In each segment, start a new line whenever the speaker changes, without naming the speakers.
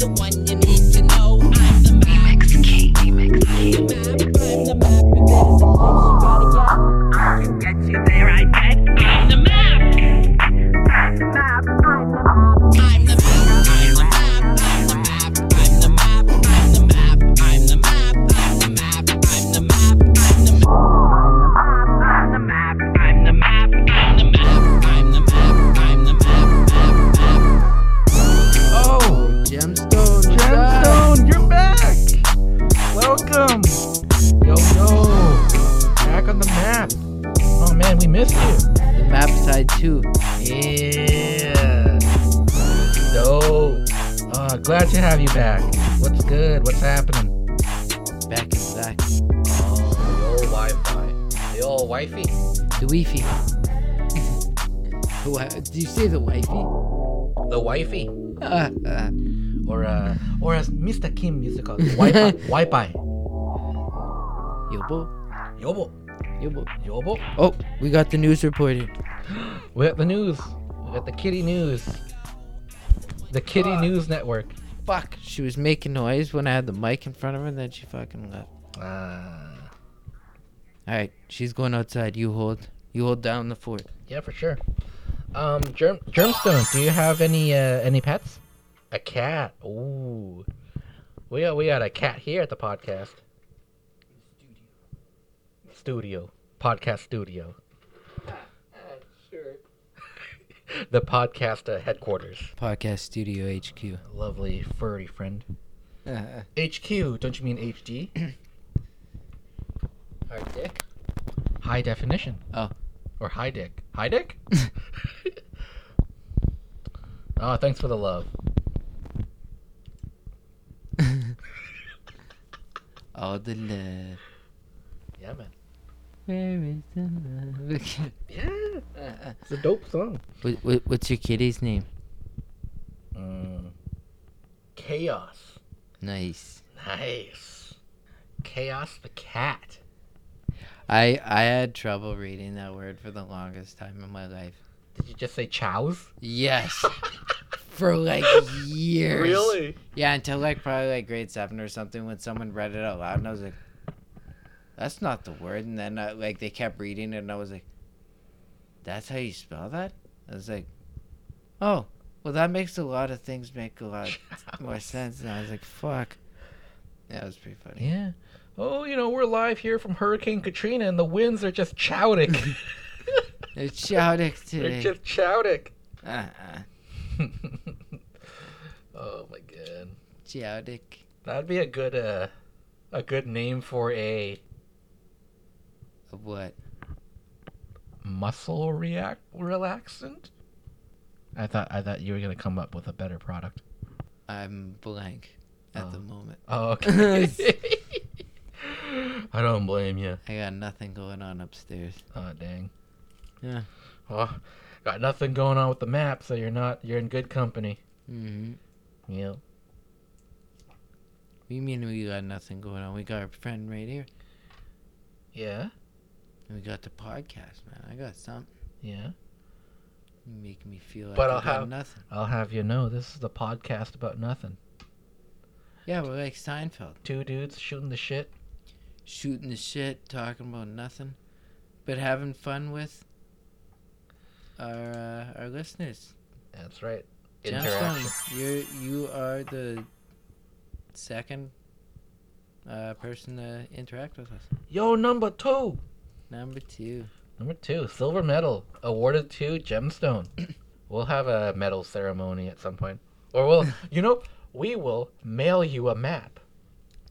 the one you need to know. I'm the map.
Remix King. Remix
The
King.
map. I'm the map. If there's a place you gotta get, I can get you there. I bet. I'm the map. I'm the map. I'm the map. I'm the map. I'm the map. I'm the map. I'm the map. I'm the map. I'm the map. I'm the map. I'm the map. I'm the map. I'm the map. I'm the map. I'm the map. I'm the map. Map. Map.
Oh, gemstone.
Gemstone, you're back. Welcome.
Yo, yo.
Back on the map. Oh man, we missed you.
The map side two.
Yeah. No. Uh, glad to have you back. What's good? What's happening?
Back in black.
Oh, the old Wi-Fi. The old wifey.
The weefy. The wi- Do you say the wifey?
The wifey.
Uh, uh,
Or uh, or as Mr. Kim used to call it, Wi-Fi. Wi-Fi.
yobo,
Yobo.
yobo.
Yobo.
Oh, we got the news reported.
We got the news. We got the kitty news. The kitty news network.
Fuck. She was making noise when I had the mic in front of her, then she fucking left.
Uh,
All right, she's going outside. You hold. You hold down the fort.
yeah, for sure. Um, germ germstone. Do you have any uh, any pets? A cat. Ooh, we got we got a cat here at the podcast studio. Podcast studio.
Sure.
The podcast uh, headquarters.
Podcast Studio HQ.
Lovely furry friend.
Uh,
HQ. Don't you mean HD?
our dick.
high definition.
Oh.
Or high dick. High dick? oh, thanks for the love.
All the love.
Yeah, man.
Where is the
Yeah.
love?
It's a dope song.
what, what, what's your kitty's name?
Mm. Chaos.
Nice.
Nice. Chaos the cat.
I I had trouble reading that word for the longest time in my life.
Did you just say chows?
Yes. for like years. Yeah, until like probably like grade seven or something when someone read it out loud and I was like, that's not the word. And then I, like they kept reading it and I was like, that's how you spell that? I was like, oh, well, that makes a lot of things make a lot more sense. And I was like, fuck. Yeah, it was pretty funny.
Yeah. Oh, you know, we're live here from Hurricane Katrina and the winds are just chowdic.
They're shouting today.
They're just chowdic.
Uh-uh.
oh my god.
Chowdick.
That'd be a good uh a good name for a
Of what?
muscle react relaxant. I thought I thought you were gonna come up with a better product.
I'm blank at the
Oh.
moment.
Oh, okay. I don't blame you.
I got nothing going on upstairs.
Oh, dang.
Yeah.
Well, got nothing going on with the map, so you're not you're in good company.
Mm-hmm.
Yeah.
We mean we got nothing going on. We got our friend right here.
Yeah.
And we got the podcast, man. I got something.
Yeah.
You make me feel like
But
I
I'll
got
have-
nothing.
I'll have you know this is the podcast about nothing.
Yeah, we're like Seinfeld.
Two dudes shooting the shit.
Shooting the shit, talking about nothing, but having fun with our uh, our listeners.
That's right. Interaction.
Gemstone, you you are the second uh, person to interact with us.
Yo, number two.
Number two.
Number two, silver medal awarded to gemstone. we'll have a medal ceremony at some point, or we'll, you know, we will mail you a map,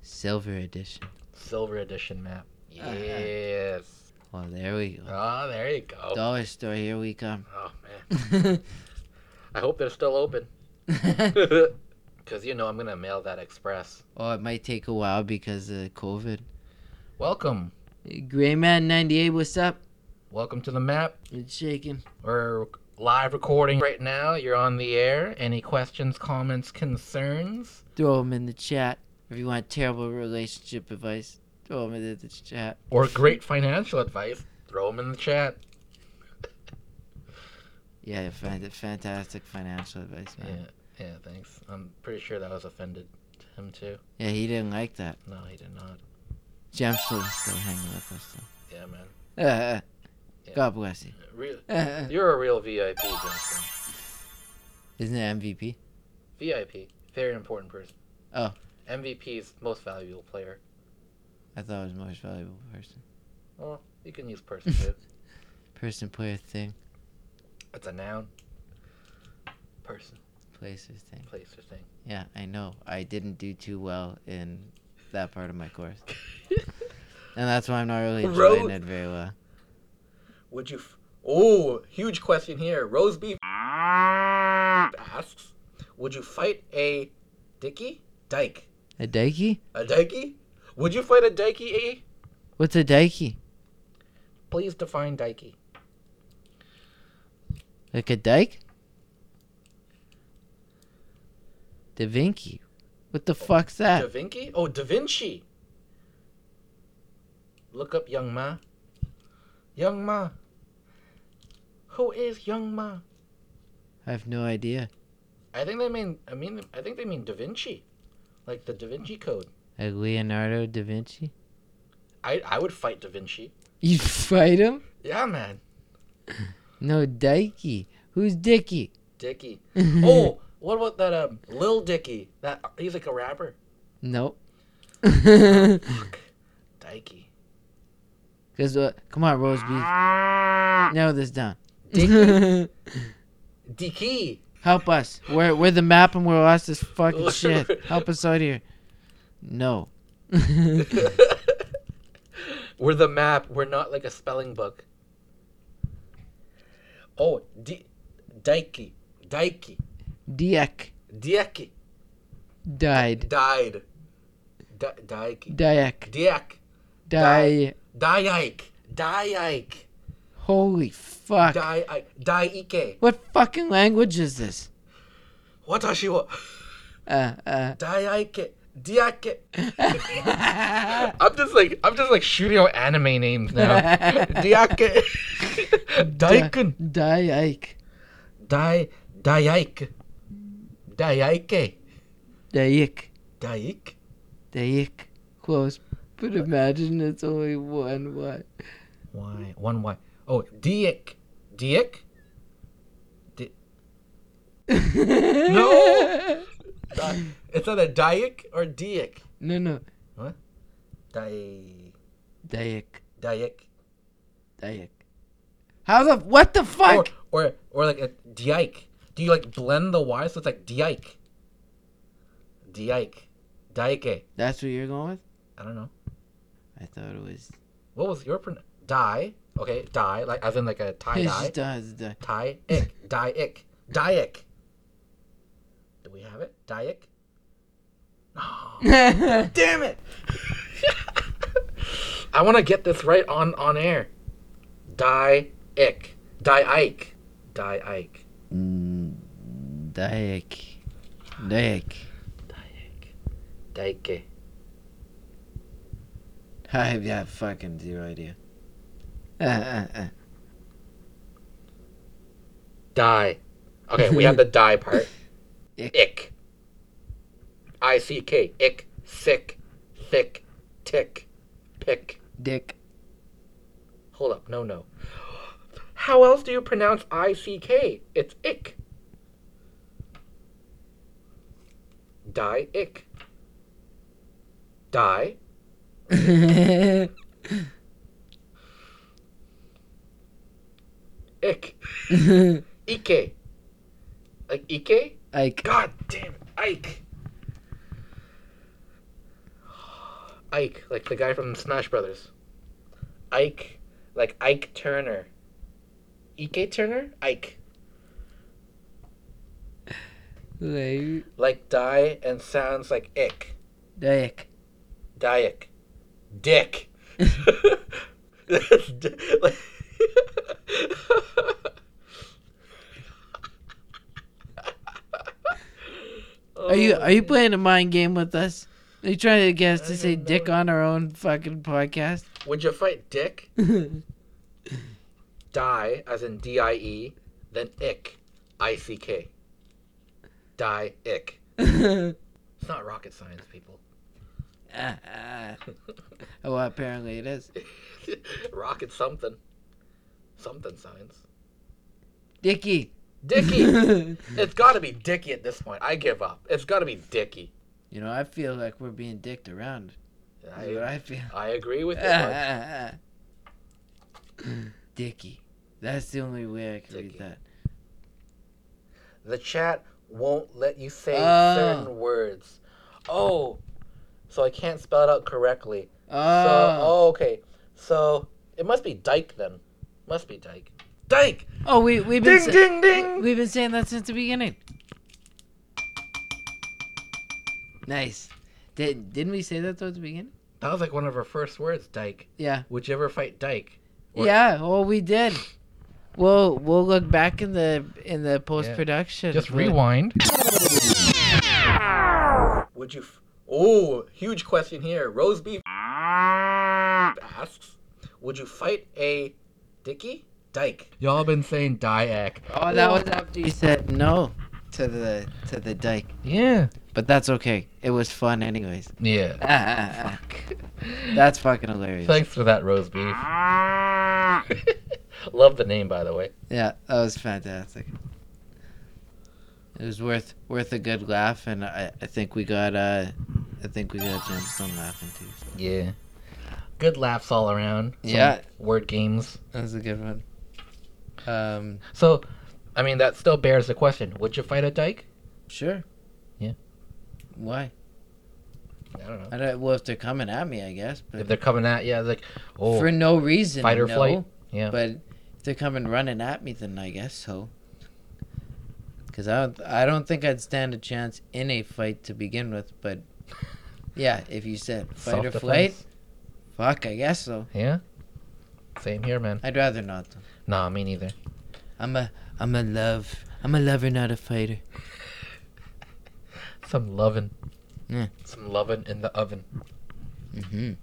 Silver edition.
silver edition map.
Ah, Yeah.
Yes.
Well, there we go.
Ah, there you go.
Dollar store, here we come.
Oh man, I hope they're still open,
oh,
because you know I'm gonna mail that express.
it might take a while because of COVID.
Welcome,
Gray Man 98, what's up?
welcome to the map.
It's shaking.
We're live recording right now. You're on the air. Any questions, comments, concerns?
Throw them in the chat. If you want terrible relationship advice, throw them in the chat.
or great financial advice, throw them in the chat.
Yeah, fan- fantastic financial advice, man.
Yeah, thanks. I'm pretty sure that was offended to him too.
Yeah, he didn't like that.
No, he did not.
Gemstone's still hanging with us
Yeah, man.
though. Uh, uh,
Yeah.
God bless you.
Real,
Uh, uh.
you're a real VIP, Gemstone.
Isn't it MVP?
VIP, very important person.
Oh.
MVP is most valuable player.
I thought it was most valuable person.
Well, you can use person too.
Person, player, thing,
It's a noun. Person,
places, thing.
place, or thing.
Yeah, I know. I didn't do too well in that part of my course. and that's why I'm not really enjoying
Road-
it very well.
Would you? F- oh, huge question here. Rose beef asks, would you fight a dicky dyke?
A dikey?
A dykey? Would you fight a dykey? eh?
What's a dikey?
Please define dykey.
Like a dyke? Da Vinci. What the fuck's
Da
that?
Vinci? Oh, Da Vinci. Look up Young Ma. Young Ma. Who is Young Ma?
I have no idea.
I think they mean. I mean. I think they mean Da Vinci, like the Da Vinci Code.
Like Leonardo da Vinci?
I I would fight Da Vinci.
You fight him?
Yeah, man.
No, dikey. Who's Dicky?
Dicky.
Mm-hmm.
oh, what about that um Lil Dicky? That he's like a rapper.
Nope.
Fuck. Dykey.
Cause uh, come on, roast beef. Narrow this down.
Dicky? Dicky.
Help us. We're we're the map and we're lost as fucking
We're-
shit. Help us out here. No.
we're the map. We're not like a spelling book. Oh, di- Daiki. Daiki.
Diek
Diaki.
died.
Died. Da- Daiki.
Diek
Diak.
die.
Diike. Diike.
Holy fuck.
Diike. Diike.
What fucking language is this?
Watashi wa.
Uh, uh.
Diike. Diake. I'm just like I'm just like shooting out anime names now. Diake. Daiken.
Diek.
Die, Diike. Diike.
Diek.
Diike.
Diek. Close. But imagine it's only one what?
Why? One Y. Oh, Diek. Diek?
no.
Di- it's either Diik or Diek.
No, no.
Di.
Diek.
Diek.
Diek. How the what the
Or,
fuck?
or, or like a Diike. Do you like blend the Y so it's like Diike? Diike. Diike.
That's what you're going with?
I don't know.
I thought it was.
What was your pron? Die. Okay, die. Like as in like a tie
It's
dye.
just does the
Tie ick. Die ick. Die ick. Do we have it? Die ick? No. Damn it! I want to get this right on on air. Die ick. Die ike. Die ike.
Mm, Daek. Daek.
Die ike.
I have yeah, fucking zero idea. Uh, uh, uh.
Die. Okay, we have the die part.
Ick.
Ick. I C K. Ick. Sick. Thick. Tick. Pick.
Dick.
Hold up, no, no. How else do you pronounce I C K? It's ick. Die ick. Die. Ick. Ike. Like Ike?
Ike.
God damn it. Ike. Ike, like the guy from Smash Brothers. Ike, like Ike Turner. Ike Turner? Ike.
Like,
Like die and sounds like ick.
Dick.
Dick. Dick. That's d- like-
Are you
Oh,
are you playing a mind game with us? Are you trying to get us to say dick on our own fucking podcast?
Would you fight Dick?
Uh,
Die, as in D I E, then ick, I C K. die ick. It's not rocket science, people.
uh, well, Oh, apparently it is.
rocket something. Something science.
Dicky.
Dicky.
you
it's gotta be Dicky at this point. I give up. It's gotta be Dicky.
know, I feel like we're being dicked around. That's what
I,
I feel.
I agree with you.
Uh-huh.
Mark.
Dicky. That's the only way I can read
Dicky.
that.
the chat won't let you say
Oh.
certain words. Oh, so I can't spell it out correctly. So,
Oh.
oh, okay. So it must be Dyke then. Must be Dyke. Dyke.
Oh, we we've been
Ding
sa-
ding ding.
we've been saying that since the beginning. Nice. Did didn't we say that towards the beginning?
That was like one of our first words. Dyke.
Yeah.
Would you ever fight Dyke? Or-
yeah. Well, we did. We'll we'll look back in the in the post production.
rewind. Would you? F- oh, huge question here. Rose beef asks, "Would you fight a Dicky Dyke?" Y'all been saying Dyak.
Oh, that was after you said no to the to the dike.
Yeah.
But that's okay. It was fun anyways.
Yeah.
That's fucking hilarious.
Thanks for that, roast beef. Mm. Love the name, by the way.
Yeah, that was fantastic. It was worth worth a good laugh, and I, I think we got uh, I think we got Gemstone laughing too. So.
Yeah. Good laughs all around. Some
Yeah.
Word games.
That was a good one. Um,
So, I mean, that still bears the question: Would you fight a dyke?
sure.
Yeah.
Why?
I don't know.
I don't. Well, if they're coming at me, I guess,
If
but
they're coming at you, like, oh,
for no reason.
fight or
no,
flight. Yeah.
But if they're coming running at me, then I guess so. Because I don't, I don't think I'd stand a chance in a fight to begin with. But yeah, if you said fight or
Self-defense.
flight, fuck, I guess so.
Yeah. Same here, man.
I'd rather not. Though.
Nah, me neither.
I'm a I'm a love I'm a lover, not a fighter.
Some lovin'.
Yeah.
Some lovin' in the oven.
Mm-hmm.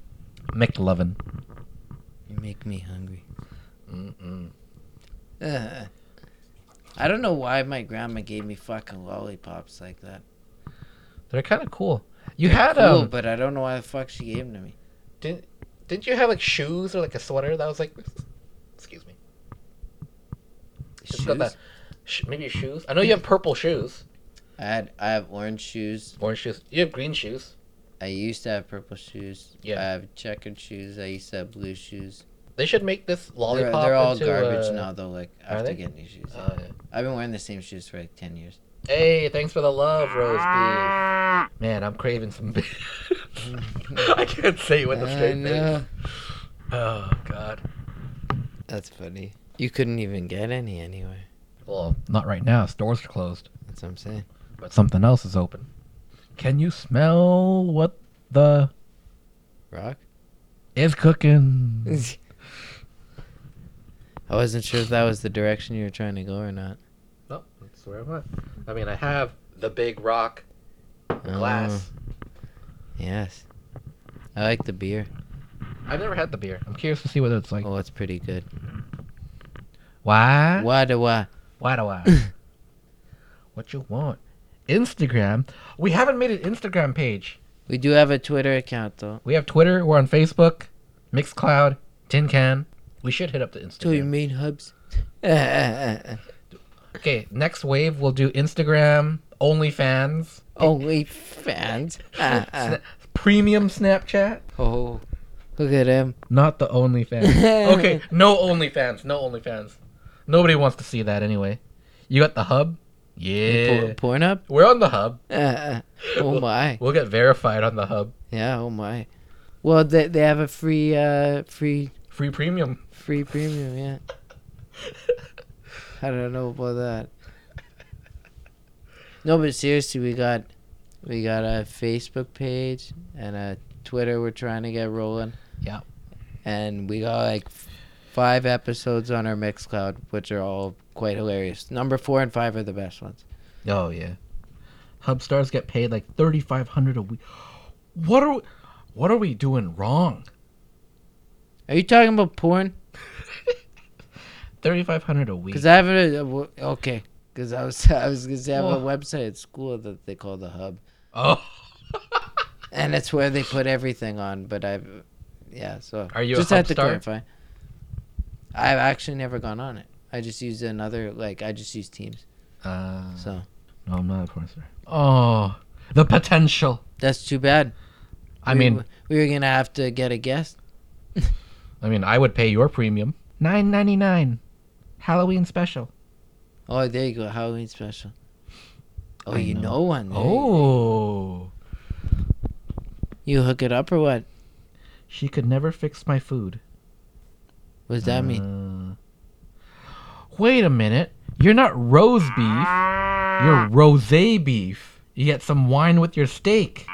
McLovin.
You make me hungry.
Mm-mm.
Ugh. I don't know why my grandma gave me fucking lollipops like that.
They're kind of cool. You had um.
cool, but I don't know why the fuck she gave them to me.
Didn't didn't you have like shoes or like a sweater that was like this? Excuse me. It's got
Shoes?
that- sh- maybe shoes. I know you have purple shoes,
I had I have orange shoes.
orange shoes. You have green shoes.
I used to have purple shoes.
Yeah.
I have checkered shoes. I used to have blue shoes.
They should make this
They're,
lollipop.
they're all
into,
garbage
uh,
now though. Like
are
after
they?
getting new shoes.
uh,
I've been wearing the same shoes for like ten years.
hey, thanks for the love, Rose Beef. Man, I'm craving some. I can't say with a
I
straight face.
know.
Oh God.
That's funny. You couldn't even get any anyway.
Well, not right now. Stores are closed,
That's what I'm saying.
but something else is open. Can you smell what the
Rock?
is cooking?
I wasn't sure if that was the direction you were trying to go or not.
No, Oh, that's where I'm at. I mean, I have the big rock glass.
Oh. yes. I like the beer.
I've never had the beer. I'm curious to see what it's like.
Oh, it's pretty good.
Why?
Why do I?
Why do I? what you want? Instagram. We haven't made an Instagram page.
We do have a Twitter account though.
We have Twitter. We're on Facebook, Mixcloud, Tin Can. We should hit up the
Do you
Instagram.
mean hubs? Only
Okay, next wave we'll do Instagram, OnlyFans,
fans. Uh, ah.
Sna- premium Snapchat.
oh, look at him.
Not the OnlyFans. okay, no OnlyFans. No OnlyFans. Nobody wants to see that anyway. You got the hub? Yeah.
Por- porn up?
We're on the hub.
oh my.
We'll get verified on the hub.
Yeah. Oh my. Well, they they have a free uh free
Free premium.
free premium. Yeah. I don't know about that. No, but seriously, we got we got a Facebook page and a Twitter. We're trying to get rolling.
Yeah.
And we got like f- five episodes on our Mixcloud, which are all quite hilarious. Number four and five are the best ones.
Oh yeah. Hub stars get paid like thirty five hundred a week. What are we, what are we doing wrong?
Are you talking about porn?
Thirty five hundred a week.
Because I haven't. uh, w- Okay. Because I was I was gonna say I have a website at school that they call the Hub,
Oh,
and it's where they put everything on. But I've, yeah. So
Are you a
just
Hub
had to
star?
clarify. I've actually never gone on it. I just used another like I just used Teams.
uh,
So
no, I'm not a porn star. Oh, the potential.
that's too bad.
I
We-
mean,
we were gonna have to get a guest.
I mean, I would pay your premium. Nine ninety nine, Halloween special.
Oh, there you go, Halloween special. Oh,
I
you
know.
know, one. eh? there you-
Oh,
you hook it up or what?
she could never fix my food.
What does that mean?
Uh, wait a minute. You're not rose beef. You're rose beef. You get some wine with your steak.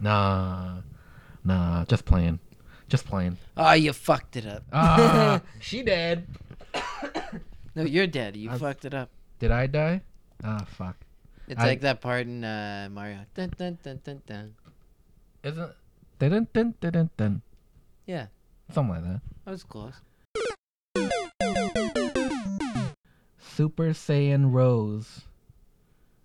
Nah. Nah, just playing. Just playing.
Oh, you fucked it up.
Ah, she dead.
no, you're dead. You
I've-
fucked it up.
Did I die? Ah, fuck.
It's
I-
like that part in uh, Mario. Dun, dun, dun, dun, dun.
Isn't dun dun dun dun dun.
Yeah,
Something like that.
that was close.
Super Saiyan Rose.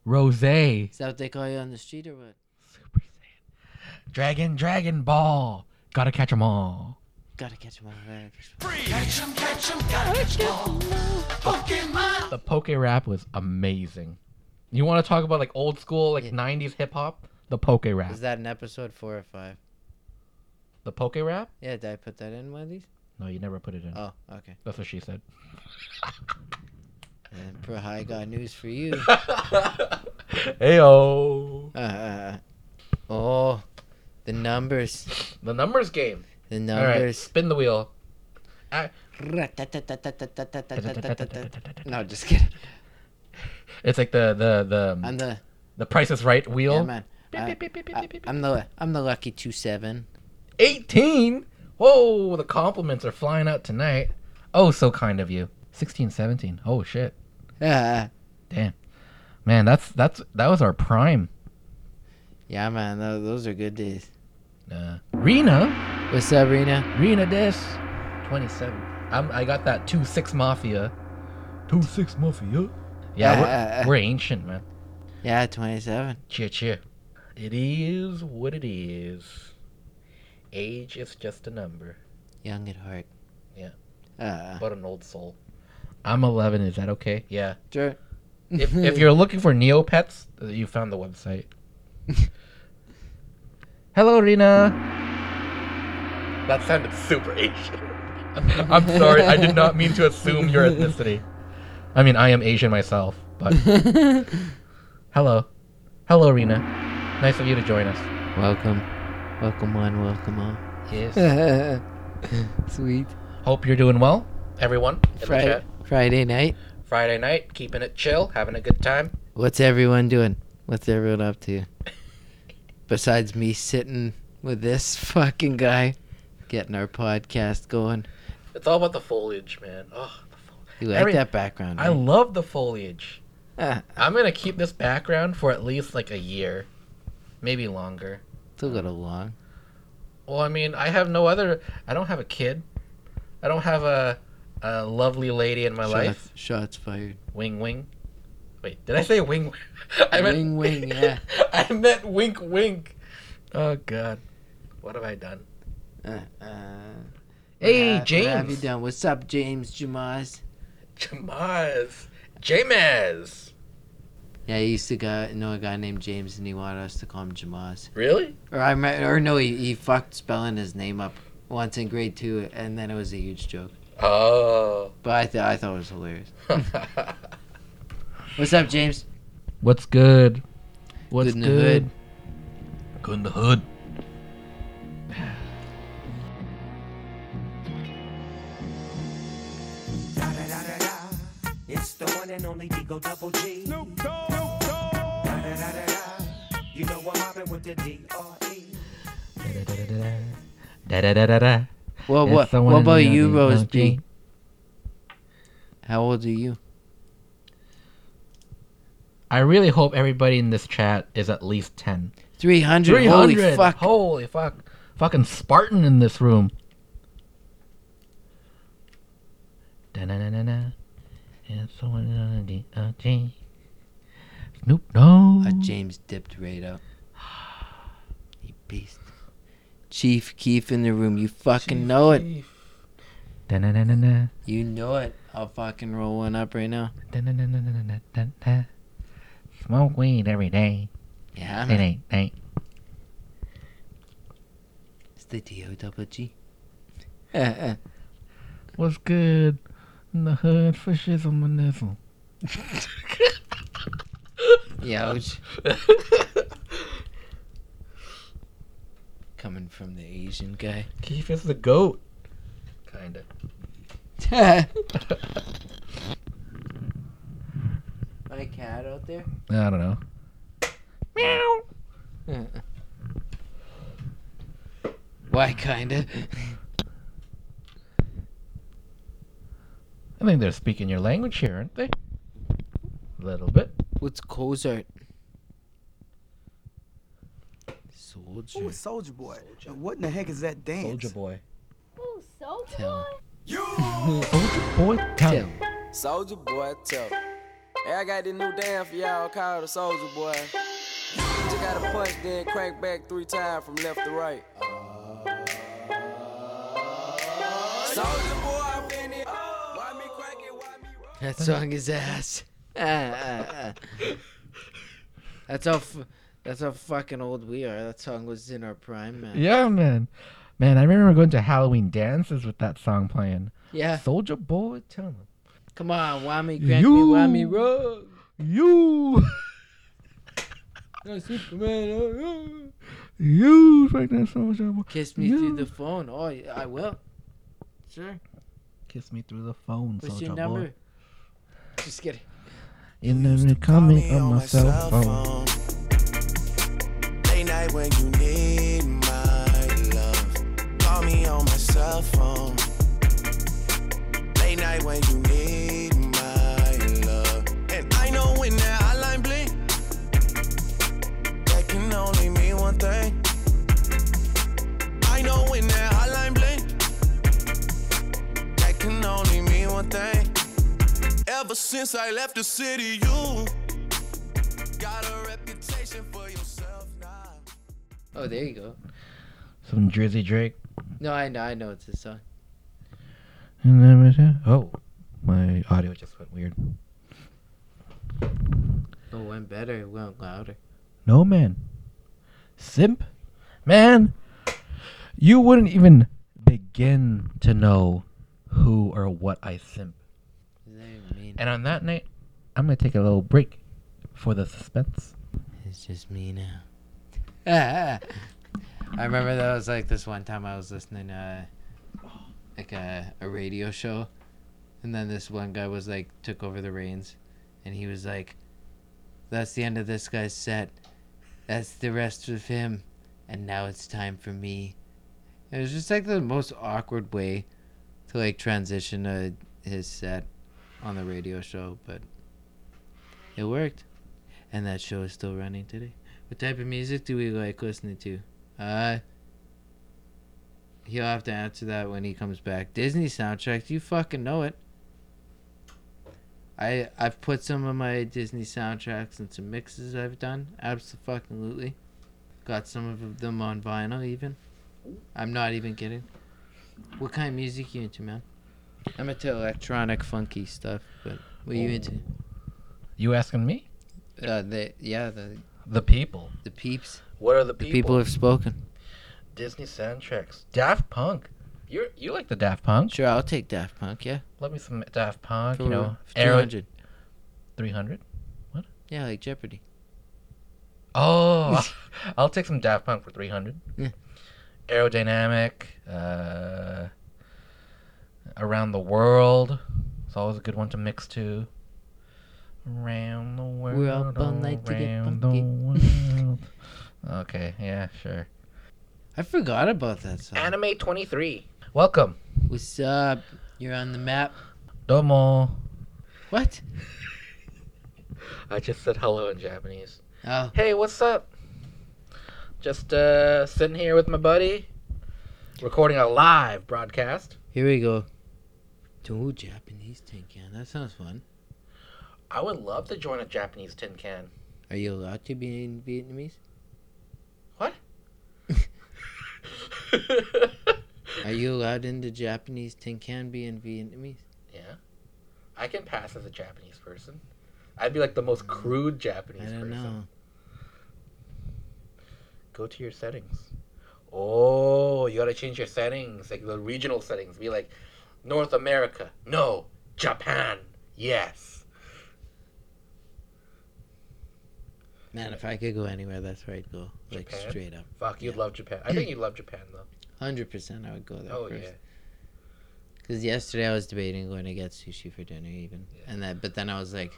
Rose.
Is that what they call you on the street or what?
Super Saiyan. Dragon, Dragon Ball. Gotta catch 'em all.
Gotta catch him on the very first one.
The Poke Rap was amazing. You want to talk about like old school, like
Yeah.
90s hip hop? The Poke Rap.
Is that in episode four or five?
The Poke Rap?
Yeah, did I put that in one of these?
No, you never put it in.
Oh, okay.
That's what she said.
And Prahai got news for you.
Ayo.
Uh, uh, uh. oh, the numbers.
The numbers game.
The
All right,
numbers.
spin the wheel.
No, just kidding.
It's like the the the
I'm the
the Price is Right wheel.
yeah, man. I,
Beep, beep, beep, beep,
I,
beep, beep, beep.
I'm the I'm the lucky two seven.
18 whoa the compliments are flying out tonight oh so kind of you 16 17 oh shit
Yeah,
man that's that's that was our prime
yeah, man. tho- Those are good days.
uh, rena
What's up, Rena?
rena dish 27 I'm, i got that 2-6 mafia 2-6 mafia yeah we're, we're ancient man
Yeah, twenty seven.
cheer cheer it is what it is age is just a number
Young at heart.
Yeah.
Uh,
but an old soul i'm 11 is that okay yeah
sure.
if, if you're looking for Neopets, uh, you found the website. Hello, Rena. That sounded super Asian. I'm sorry, I did not mean to assume your ethnicity. I mean, I am Asian myself, but hello, hello, Rena. Nice of you to join us.
welcome, welcome on, welcome
Yes.
on. Sweet.
Hope you're doing well, everyone. In the
Friday,
chat.
Friday night.
Friday night, keeping it chill, having a good time.
What's everyone doing? What's everyone up to? Besides me sitting with this fucking guy, getting our podcast going.
It's all about the foliage, man. Oh, the foliage.
You like
Every-
that background?
I
right?
love the foliage.
Ah,
I'm gonna keep this background for at least like a year, maybe longer.
it's a little long.
Well, I mean, I have no other. I don't have a kid. I don't have a, a lovely lady in my
Shots,
life.
shots fired.
Wing wing. Wait, did I say wing? wing? I
Oh. Wing, wing, yeah.
I meant wink wink. Oh God, what have I done?
Uh, uh,
Hey,
what ha- What have you
James.
done? What's up, James Jamaz?
Jamaz. Jamaz.
Yeah, I used to go, know a guy named James, and he wanted us to call him Jamaz.
Really?
Or I might, or no, he, he fucked spelling his name up once in grade two, and then it was a huge joke.
Oh.
But I, th- I thought it was hilarious. What's up, James?
What's good? What's
in the hood.
Good in the hood.
It's the one and only Digo Double G. Snoop Dogg. You know I'm mobbing with the E. D.R.E.
Da da da da da.
Well, what, what about you, Rose B? How old are you?
I really hope everybody in this chat is at least 10.
300.
300!
Holy fuck.
Holy fuck. Fucking Spartan in this room. Da-na-na-na-na. And someone on the uh, James. Snoop Dogg.
Uh, James dipped right up. He beast. Chief Keef in the room. You fucking know it.
Da-na-na-na-na.
You know it. I'll fucking roll one up right now.
Da-na-na-na-na-na-na-na. Smoke weed every day.
Yeah,
It
man.
ain't, ain't.
It's the D-O double G.
What's good in the hood for shizzle my nizzle?
Youch. Coming from the Asian guy.
Keith is the goat. Kinda.
My cat out there?
I don't know. Meow.
Why, kinda?
I think they're speaking your language here, aren't they? A little bit.
What's Cozart? Soldier.
Ooh, Soldier Boy. And what in the heck is that dance?
boy.
Ooh, so
Tell.
Soldier boy. Tell.
Tell.
Soldier boy, tough. Hey, I got this new damn for y'all called the Soldier Boy. You just gotta punch, then crank back three times from left to right. Soldier boy, I'm in it. Why me crank it? Why me roll?
That song is ass. Ah, ah, ah. that's how. F- that's how fucking old we are. That song was in our prime, man.
Yeah, man. Man, I remember going to Halloween dances with that song playing.
Yeah.
Soldier boy, tell him.
Come on, whammy, crank me,
You-
whammy, roll.
You.
No, Superman. oh, oh.
You right there, soldier boy.
Kiss me
You-
through the phone. Oh, y- I will. Sure.
Kiss me through the phone,
What's
soldier
your
boy.
number? Just kidding.
In the coming of my cell phone.
Oh. Late night when you need my love. Call me on my cell phone. Late night when you need my love. And I know when that hotline blink, that can only mean one thing. I know when that hotline blink, that can only mean one thing. Ever since I left the city, you got a reputation for yourself now.
Oh, there you go.
Some Drizzy Drake.
No, I know. I know it's this song.
And then we said- Oh, my audio just went weird.
It went better. It went louder.
No, man. Simp? Man, you wouldn't even begin to know who or what I simp.
What does that even mean?
And on that night, I'm going to take a little break for the suspense.
It's just me now. Ah, I remember that was like this one time I was listening to like a, a radio show, and then this one guy was like took over the reins, and he was like, "That's the end of this guy's set. That's the rest of him, and now it's time for me." It was just like the most awkward way to like transition to his set on the radio show, but it worked. And that show is still running today. What type of music do we like listening to? Uh He'll have to answer that when he comes back. Disney soundtracks, you fucking know it. I I've put some of my Disney soundtracks into mixes I've done. Absolutely. Got some of them on vinyl even. I'm not even kidding. What kind of music you into, man? I'm into electronic funky stuff, but what you into?
You asking me?
Uh, the yeah, the
The people.
the peeps.
What are the
The people, have spoken.
Disney soundtracks. Daft Punk. You you like the Daft Punk?
Sure, I'll take Daft Punk. Yeah,
Love me some Daft Punk.
for
you know,
two hundred.
300.
Yeah, like Jeopardy.
Oh, I'll- I'll take some Daft Punk for 300.
Yeah.
Aerodynamic, uh, Around the World. It's always a good one to mix to. Around the world.
We're up all night to get
around
funky.
world. okay, yeah, sure.
I forgot about that song.
Anime 23. Welcome.
What's up? You're on the map.
Domo.
What?
I just said hello in Japanese.
Oh,
Hey, what's up? Just uh, sitting here with my buddy, recording a live broadcast.
here we go. Do Japanese tank. Yeah, that sounds fun.
I would love to join a Japanese tin can.
Are you allowed to be in Vietnamese?
What?
Are you allowed in the Japanese tin can be in Vietnamese?
yeah. I can pass as a Japanese person. I'd be like the most crude Japanese
I don't
person.
know.
Go to your settings. Oh, you gotta change your settings, like the regional settings. Be like North America, no. Japan, yes.
Man, if I could go anywhere, that's where I'd go. Like
Japan?
straight up,
Fuck, you'd
Yeah.
love Japan. I think you'd love Japan though.
hundred percent, I would go there
Oh
first.
yeah.
Because yesterday I was debating going to get sushi for dinner, even,
Yeah.
and that. But then I was like,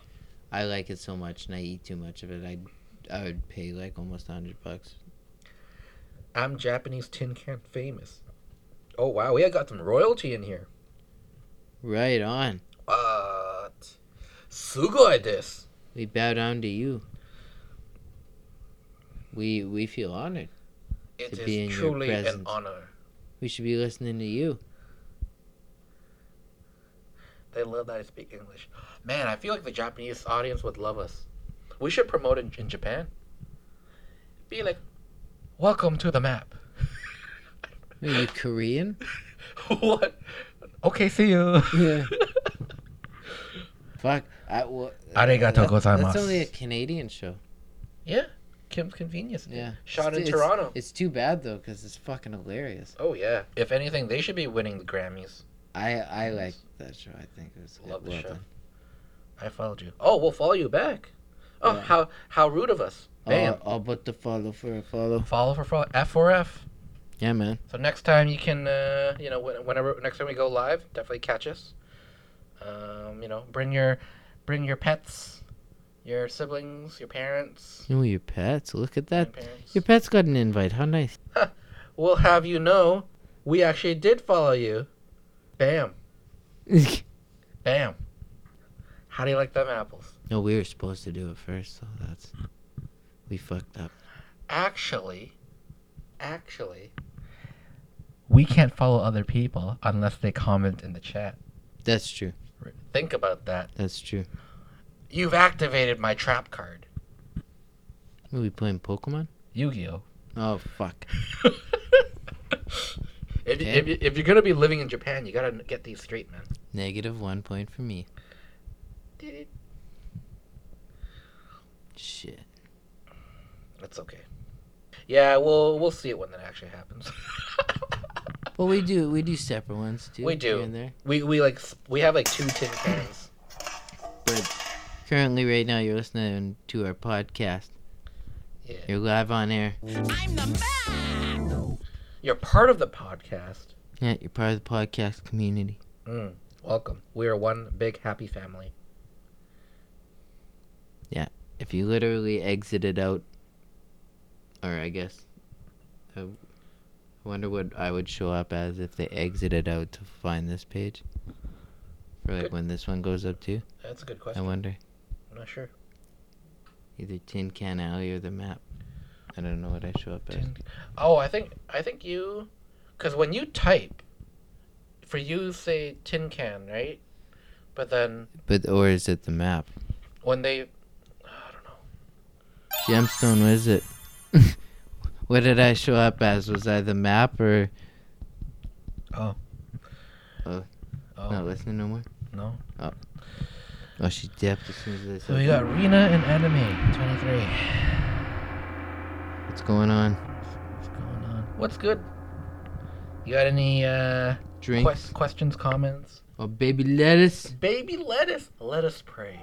I like it so much, and I eat too much of it. I, I would pay like almost hundred bucks.
I'm Japanese tin can famous. Oh wow, we got some royalty in here.
Right on.
What? Sugoi this.
We bow down to you. We we feel honored.
It
To
is
be in your
truly an
presence.
honor.
We should be listening to you.
They love that I speak English. Man, I feel like the Japanese audience would love us. We should promote it in Japan. Be like, welcome to the map.
Are you Korean?
what? Okay, see you.
Yeah. Fuck. I, well,
Arigato
That's
gozaimasu.
only a Canadian show.
Yeah, Kim's Convenience.
Yeah.
Shot
It's-
in
it's-
Toronto.
It's too bad though, because it's fucking hilarious.
Oh yeah. If anything, they should be winning the Grammys.
I I like that show. I think it was
Love the
well
show.
done.
I followed you. Oh, we'll follow you back. Oh,
Yeah.
how how rude of us. Bam.
All, all Oh, but the follow for a follow.
Follow for follow. F for F.
Yeah, man.
So next time you can, uh, you know, wh- whenever next time we go live, definitely catch us. Um, you know, bring your, bring your pets, your siblings, your parents.
You know your pets. Look at that.
grandparents.
Your pet's got an invite. How nice.
We'll have you know, we actually did follow you. Bam, bam. How do you like them apples?
no, we were supposed to do it first, so that's we fucked up.
Actually, actually, we can't follow other people unless they comment in the chat.
That's true.
Think about that.
That's true.
You've activated my trap card,
Are we playing Pokemon?
Yu-Gi-Oh.
Oh fuck.
If,
Okay.
if, if you're gonna be living in Japan, you gotta get these straight, man.
Negative one point for me. Shit.
That's okay. Yeah, we'll we'll see it when that actually happens.
Well, we do we do separate ones too.
We do.
here and there.
we we like s- we have like two tin cans.
But currently, right now, you're listening to our podcast.
Yeah,
You're live on air.
I'm the map.
you're part of the podcast.
Yeah, you're part of the podcast community.
Mm, welcome. We are one big happy family.
If you literally exited out, or I guess, I w- wonder what I would show up as if they exited out to find this page. For like
Good.
when this one goes up too,
That's a good
I
question.
wonder.
I'm not sure.
Either Tin Can Alley or the map. I don't know what I show up as.
Tin- Oh, I think I think you, because when you type, for you say tin can, right? But then
But or is it the map?
when they, I don't know.
Gemstone, what is it? what did I show up as? Was I the map or?
Oh.
Oh,
Oh.
not listening no more.
No.
Oh, she dipped as soon as I said.
So we got Rena and Anime, 23.
What's going on?
What's going on? What's good? You got any uh,
Drinks.
quest- questions, comments?
Oh, baby lettuce.
Baby lettuce, let us pray.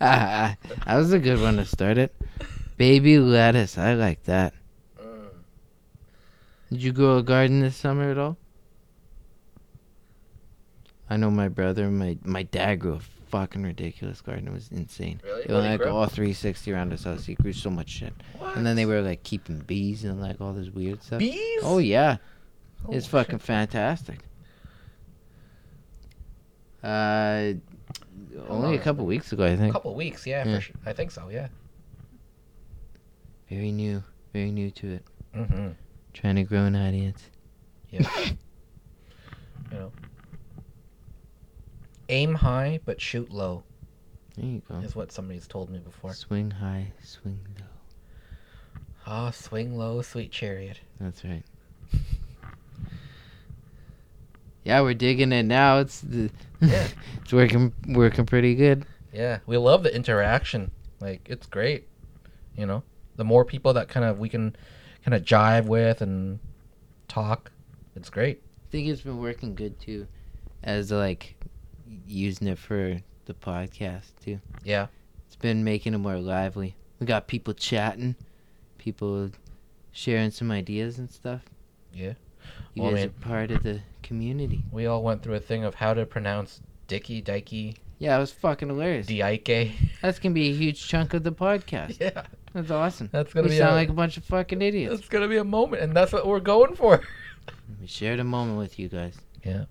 Ah, that was a good one to start it. Baby lettuce, I like that.
Mm.
Did you grow a garden this summer at all? I know my brother, my my dad grew a fucking ridiculous garden. It was insane.
Really?
It
What
was
did he
like
grow?
all 360 around his house. He grew so much shit.
What?
And then they were like keeping bees and like all this weird stuff.
bees.
Oh yeah,
Oh,
it's
shit.
fucking fantastic. Uh,
long
only a
has it
couple weeks ago, I
A
think.
couple weeks, yeah,
Yeah.
for sure. I think so, yeah.
Very new, very new to it.
Mm-hmm.
Trying to grow an audience.
Yeah. you know. Aim high but shoot low
There you go.
is what somebody's told me before.
Swing high, swing low.
Ah, swing low, sweet chariot.
That's right. Yeah, we're digging it now. It's the,
Yeah.
it's working working pretty good.
Yeah, we love the interaction. Like it's great. You know, the more people that kind of we can kind of jive with and talk, it's great.
I think it's been working good too, as like using it for the podcast too.
Yeah.
It's been making it more lively. We got people chatting, people sharing some ideas and stuff.
Yeah.
You
Well, I
guys
mean-
are part of the community.
We all went through a thing of how to pronounce Dicky Dikey
Yeah, it was fucking hilarious.
Diike.
That's gonna be a huge chunk of the podcast.
yeah.
That's awesome.
That's gonna
we
be
sound
a-
like a bunch of fucking idiots.
It's gonna be a moment and that's what we're going for.
We shared a moment with you guys.
Yeah.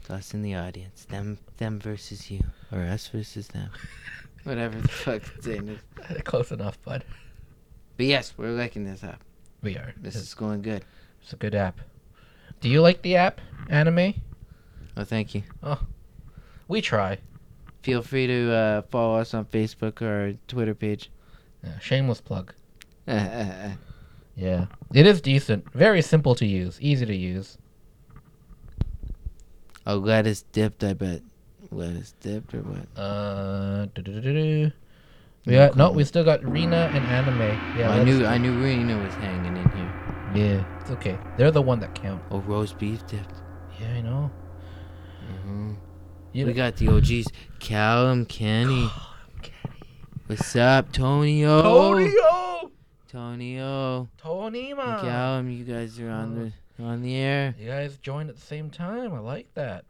It's us in the audience. Them them versus you. Or us versus them. Whatever the fuck the thing is.
Close enough, bud.
But yes, we're liking this up.
We are.
This is going good.
It's a good app. Do you like the app, anime?
Oh thank you.
We try.
Feel free to uh, follow us on Facebook or our Twitter page. Oh,
Yeah, shameless plug.
yeah,
Yeah. It is decent. Very simple to use. Easy to use.
Oh lettuce dipped, I bet. Lettuce dipped or what?
Uh, do-do-do-do. Yeah, no, we still got Rena and Anime. Yeah,
I
that's-
knew I knew Reno was hanging in here.
Yeah, it's okay. They're the one that count.
Oh roast beef dipped.
Yeah, I know.
Mhm.
You
We got the OGs. Callum Kenny. What's up, Tonyo?
Tonio!
Tonyo. Uh.
Tonima!
Callum, you guys are on the on the air.
You guys joined at the same time. I like that.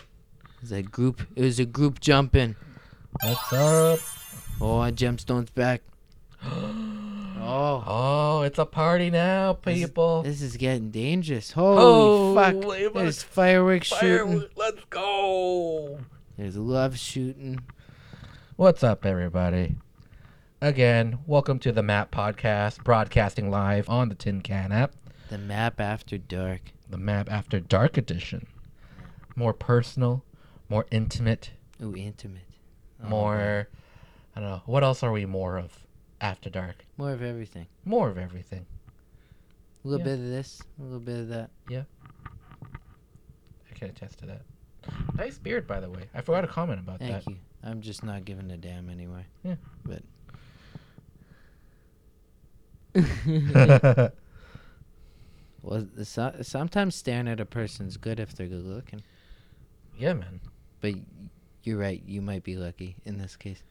It was a group. It was a group jumping.
What's up?
Oh, our gemstone's back. Oh,
Oh, it's a party now,
is-
people.
this is getting dangerous. Holy
Holy
fuck!
fuck.
There's fireworks shooting.
Fireworks, let's go!
There's love shooting.
What's up, everybody? Again, welcome to the Map Podcast, broadcasting live on the Tin Can app,
The map after dark.
the Map After Dark edition. More personal, more intimate,
Ooh, intimate. Oh,
more. I don't know. What else are we more of after dark?
More of everything.
More of everything.
A little
Yeah.
bit of this. A little bit of that.
I can attest to that. Nice beard, by the way. I forgot to comment about
Thank
that.
you. I'm just not giving a damn anyway.
Yeah.
But. well, so, sometimes staring at a person's good if they're good looking.
yeah, man.
But y- you're right. You might be lucky in this case.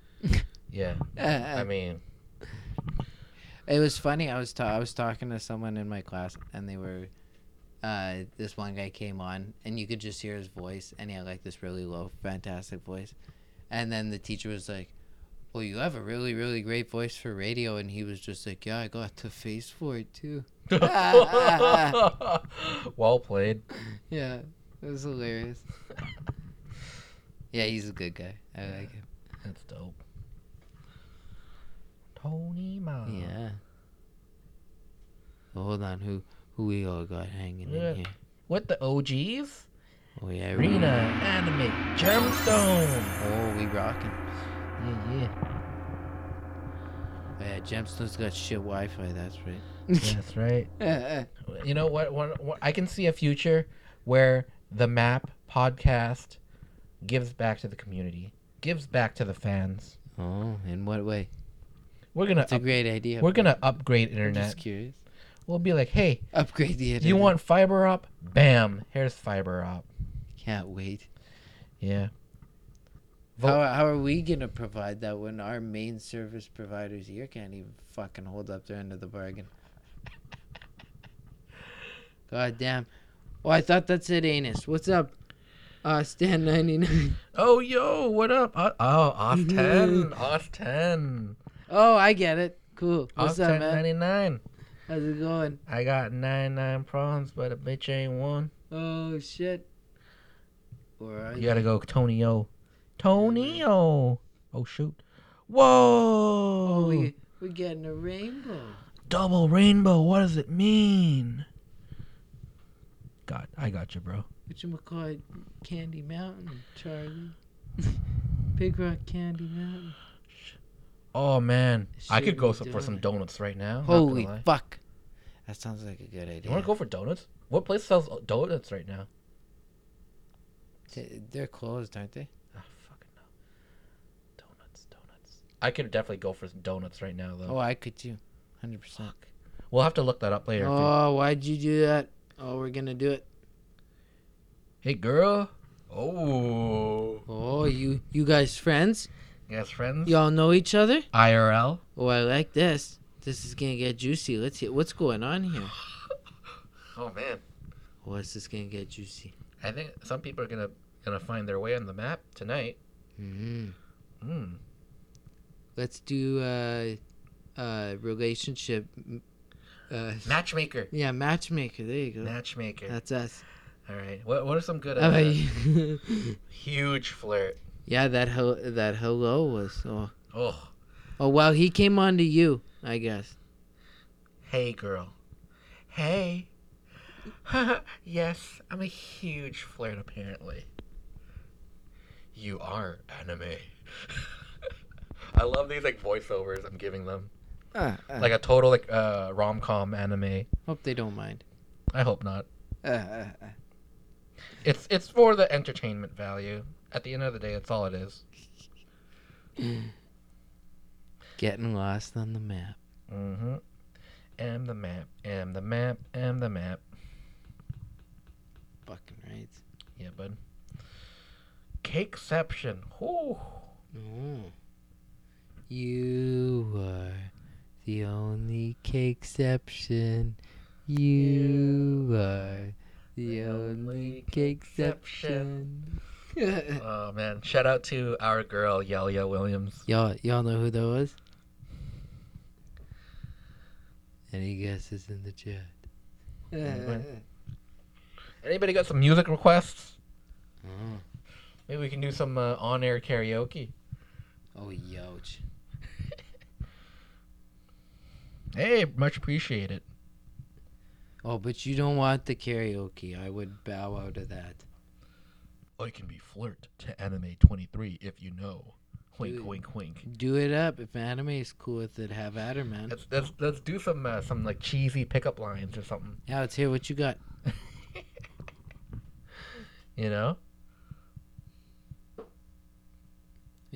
Yeah. I
Uh,
mean,
it was funny. I was ta- I was talking to someone in my class, and they were. Uh, this one guy came on, and you could just hear his voice, and he had like this really low, fantastic voice. And then the teacher was like, "Well, you have a really, really great voice for radio," and he was just like, "Yeah, I got the face for it too."
well played.
Yeah, it was hilarious. yeah, he's a good guy. I like him.
That's dope. Tony Ma.
Yeah. Well, hold on, who who we all got hanging
Yeah.
in here?
What the OGs?
Oh yeah,
Rena,
Rena.
Anime, Gemstone.
Oh, we rocking.
Yeah, yeah.
Yeah, Gemstone's got shit Wi-Fi. That's
That's right. Uh-uh.
right.
You know what, one one- I can see a future where the map podcast gives back to the community, gives back to the fans.
oh, in what way?
We're gonna
It's a
up-
great idea.
Uh, we're
but
gonna upgrade
I'm
internet.
Just curious.
We'll be like, hey,
Upgrade the internet.
you want fiber up? Bam, here's fiber up.
Can't wait.
Yeah.
How, how are we gonna provide that when our main service providers here can't even fucking hold up their end of the bargain? God damn. Oh, I thought that said anus. What's up? Uh, Stan ninety nine.
Oh, yo, what up? Uh, oh, Austin. Austin.
Oh, I get it. Cool. What's up,
Austin
man?
99.
How's it going?
I got 99 problems, but a bitch ain't one.
Oh shit. Where are
You gotta go, Tonyo. Tonyo. Oh shoot. Whoa.
Oh, we, we're getting a rainbow.
Double rainbow. What does it mean? God, I got you, bro.
What you call it? Candy Mountain, Charlie. Big Rock Candy Mountain.
Oh man, I could go
Shouldn't be
for some donuts right now. not gonna
Holy
lie.
fuck. That sounds like a good idea.
You want to go for donuts? What place sells donuts right now?
T- They're closed, aren't they?
Ah, fucking no. Donuts, donuts. I could definitely go for some donuts right now though.
Oh, I could too. 100%.
We'll have to look that up later. dude.
Oh, why'd you do that? Oh, we're gonna do it.
Hey girl. Oh.
Oh, you you guys friends?
Yes, friends.
Y'all know each other?
IRL.
Oh, I like this. This is gonna get juicy. Let's see what's going on here.
Oh man.
Oh, is this gonna get juicy?
I think some people are gonna gonna find their way on the map tonight.
Mm.
Mm.
Let's do uh, uh, relationship. m- Uh,
Matchmaker.
yeah, matchmaker. There you go.
Matchmaker.
That's us.
All right. What what are some good
How about
uh,
you?
huge flirt?
yeah, that hello, that hello was. Oh.
Oh,
oh, well, he came on to you, I guess.
hey girl. Hey. yes, I'm a huge flirt apparently. You are anime. I love these like voiceovers I'm giving them.
Uh, uh,
Like a total like uh rom-com anime.
hope they don't mind.
I hope not.
Uh, uh, uh.
It's it's for the entertainment value. At the end of the day, that's all it is.
Getting lost on the map.
Mm-hmm. Am the map. Am the map. Am the map.
Fucking right.
Yeah, bud. Cakeception. Ooh.
Oh. You are the only cakeception. You are the only
only
cakeception.
Oh man! Shout out to our girl Yelia Williams.
y'all, y'all know who that was? Any guesses in the chat?
Anybody? Anybody got some music requests?
oh.
Maybe we can do some uh, on-air karaoke.
oh, youch.
Hey, much appreciated.
Oh, but you don't want the karaoke. I would bow out of that.
I can be flirt to anime 23 if you know. Wink,
Dude.
wink, wink.
Do it up. If anime is cool with it, have at her, man.
Let's let's, let's do some uh, some like cheesy pickup lines or something.
Yeah, let's hear what you got.
You know?
Look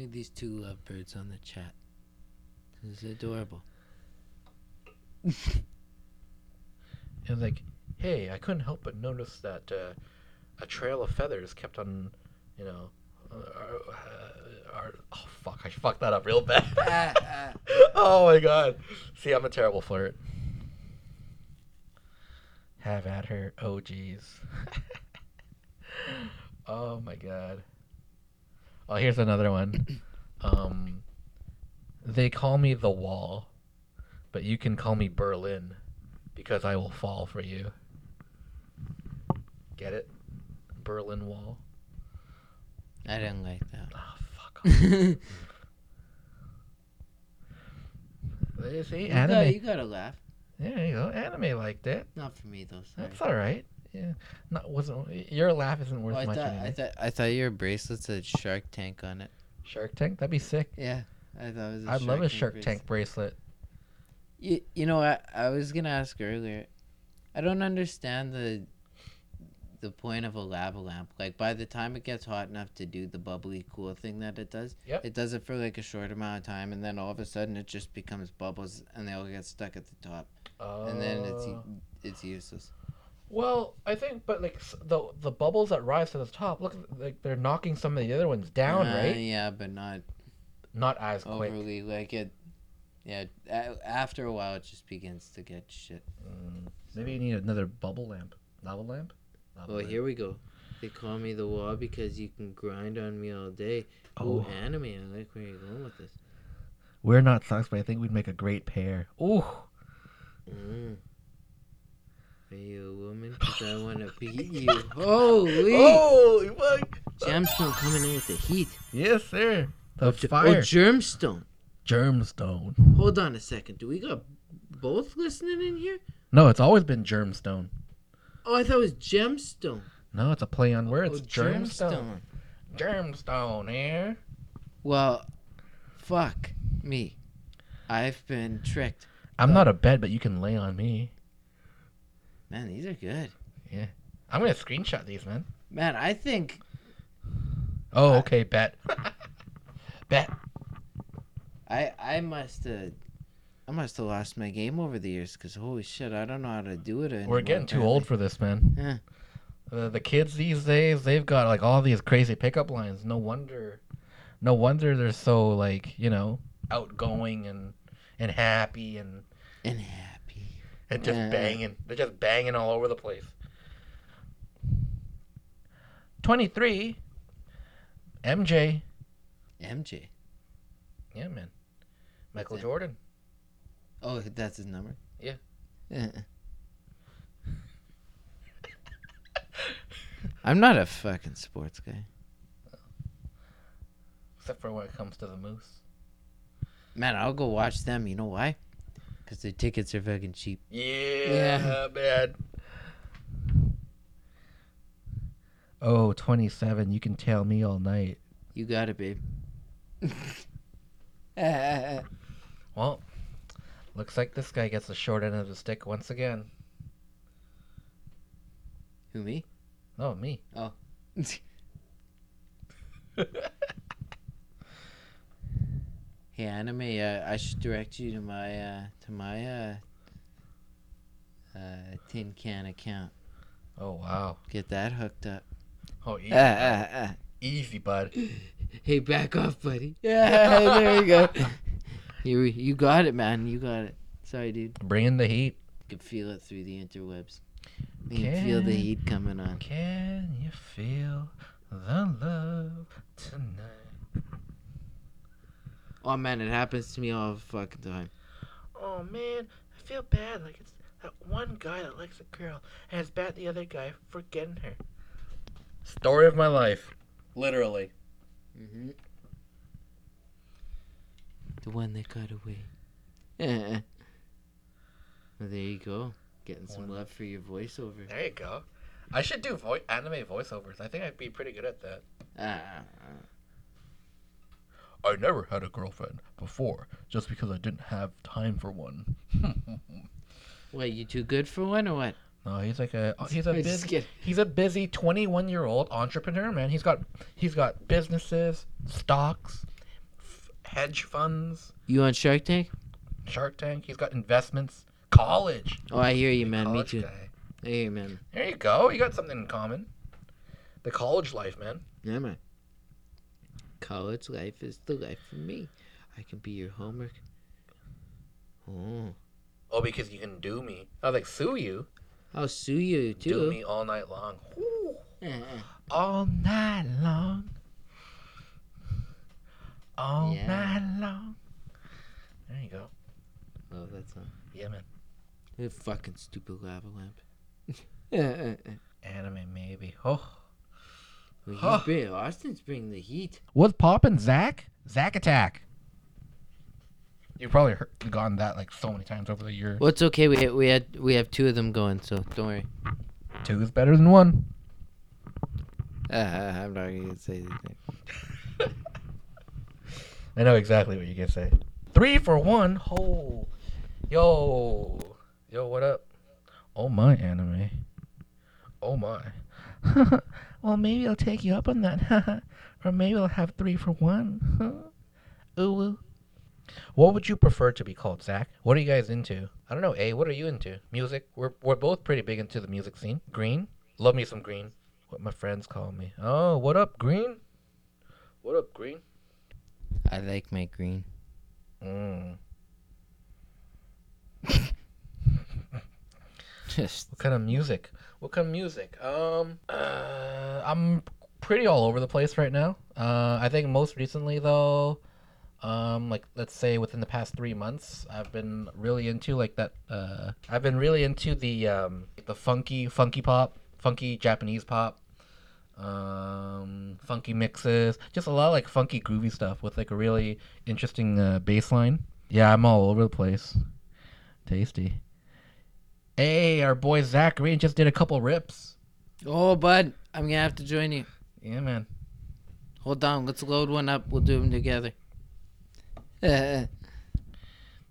at these two lovebirds on the chat. This is adorable.
And like, hey, I couldn't help but notice that uh, a trail of feathers kept on, you know, uh, uh, uh, oh fuck, I fucked that up real bad. oh my god. See, I'm a terrible flirt. Have at her. Oh jeez. oh my god. Oh, here's another one. Um, they call me the wall, but you can call me Berlin because I will fall for you. Get it? Berlin Wall.
I didn't like that.
Ah, fuck.
you,
They say
gotta, you
anime.
gotta laugh.
There you go. Anime liked it.
Not for me though. Sorry.
That's all right. Yeah. Not wasn't your laugh isn't worth
Oh, I
much.
thought
anyway.
I thought I thought your bracelet said Shark Tank on it.
Shark Tank. That'd be sick.
Yeah, I thought it was.
I'd love a Shark
bracelet.
Tank bracelet.
You, you know, I, I was gonna ask earlier. I don't understand the the point of a lava lamp. Like by the time it gets hot enough to do the bubbly cool thing that it does,
Yep.
it does it for like a short amount of time, and then all of a sudden it just becomes bubbles, and they all get stuck at the top, and then it's e-
Uh,
u- it's useless.
well, I think, but like s- the the bubbles that rise to the top, look like they're knocking some of the other ones down,
Uh,
right?
Yeah, but not
Not as quick.
overly. Like it, yeah. a- After a while, it just begins to get shit.
Mm, Maybe you need another bubble lamp, lava lamp. Lava
Well,
lamp.
here we go. They call me the wall because you can grind on me all day.
Oh.
Oh, anime. I like where you're going with this.
We're not socks, but I think we'd make a great pair. Ooh.
Mm. Are you a woman? Because I want to beat you. Holy!
Oh, fuck.
Gemstone coming in with the heat.
Yes, sir. The
Oh,
fire.
Germstone.
germstone.
Hold on a second. Do we got both listening in here?
No, it's always been germstone.
Oh, I thought it was Gemstone.
No, it's a play on words.
oh,
germstone. Germstone, eh?
Well, fuck me. I've been tricked.
I'm not a bed, but you can lay on me.
Man, these are good.
I'm gonna screenshot these, man.
Man, I think
Oh, okay, bet. bet.
I I must have I must have lost my game over the years because holy shit, I don't know how to do it anymore.
We're getting too old for this, man.
Yeah.
The, the kids these days, they've got like all these crazy pickup lines. No wonder, no wonder they're so like you know outgoing and and happy and
apparently. and happy.
and just
Yeah.
banging. They're just banging all over the place. Twenty three, MJ.
MJ.
Yeah, man. Michael
it.
Jordan.
Oh, that's his number.
Yeah.
Yeah. I'm not a fucking sports guy.
Except for when it comes to the moose.
Man, I'll go watch them. You know why? Because their tickets are fucking cheap.
Yeah, man. Oh, 27, you can tell me all night.
You got it, babe. Eh,
Well, looks like this guy gets the short end of the stick once again.
Who me?
Oh, me.
Hey, anime. Uh, I should direct you to my uh, to my uh, uh, tin can account.
Oh, wow.
Get that hooked up.
Oh, easy,
Ah, ah, ah.
easy bud.
Hey, back off, buddy. Yeah, there you go. You you got it, man. You got it. Sorry, dude.
Bring in the heat.
You can feel it through the interwebs. You can feel the
Can-
heat coming on.
Can you feel the love tonight?
Oh man, it happens to me all the fucking time.
Oh, man, I feel bad. Like, it's that one guy that likes a girl, and it's bad the other guy for getting her. Story of my life. Literally.
The one that got away. Eh. well, there you go. Getting some love for your voiceover.
There you go. I should do vo- anime voiceovers. I think I'd be pretty good at that.
Ah,
I never had a girlfriend before, just because I didn't have time for one.
what? You too good for one or what?
No, he's like a uh, he's a
I just
busy
get-
he's a busy 21 year old entrepreneur man. He's got he's got businesses, stocks, f- hedge funds,
You on Shark Tank?
Shark Tank. He's got investments, college.
Oh, I hear you, man. Me
college
too.
guy.
I hear you, man.
There you go. You got something in common. The college life, man.
Yeah, man. College life is the life for me. I can be your homework. Oh,
Oh, because you can do me. I was like sue you,
I'll sue you
do,
too.
me all night long. Woo.
Eh.
all night long. All
Yeah.
night long. There you go.
oh, that's not.
Yeah, man.
A fucking stupid lava lamp. Eh, eh, eh.
Anime, maybe. Oh.
Well,
Huh.
he's bring, Austin's bringing the heat.
What's poppin', Zach? Zach Attack. You've probably heard, gone that like so many times over the year.
Well, it's okay. We we had we have two of them going, so don't worry.
Two is better than one.
Uh, I'm not gonna say anything.
I know exactly what you can say. Three for one. Ho. Yo. Yo, what up? Oh my anime. Oh my. well, maybe I'll take you up on that. or maybe I'll have three for one. Ooh. What would you prefer to be called, Zach? What are you guys into? I don't know, A. What are you into? Music? We're, we're both pretty big into the music scene. Green? Love me some green. What my friends call me. Oh, what up, green? What up, green?
I like my green.
Mm.
Just
What kind of music? What kind of music? Um, uh, I'm pretty all over the place right now. Uh, I think most recently though, um, like let's say within the past three months, I've been really into like that. Uh, I've been really into the um, the funky, funky pop, funky Japanese pop. um, funky mixes, just a lot of like funky groovy stuff with like a really interesting uh, bass line. Yeah, I'm all over the place. Tasty. Hey, our boy Zachary just did a couple rips.
Oh, bud, I'm gonna have to join you.
Yeah, man.
Hold on, let's load one up. We'll do them together.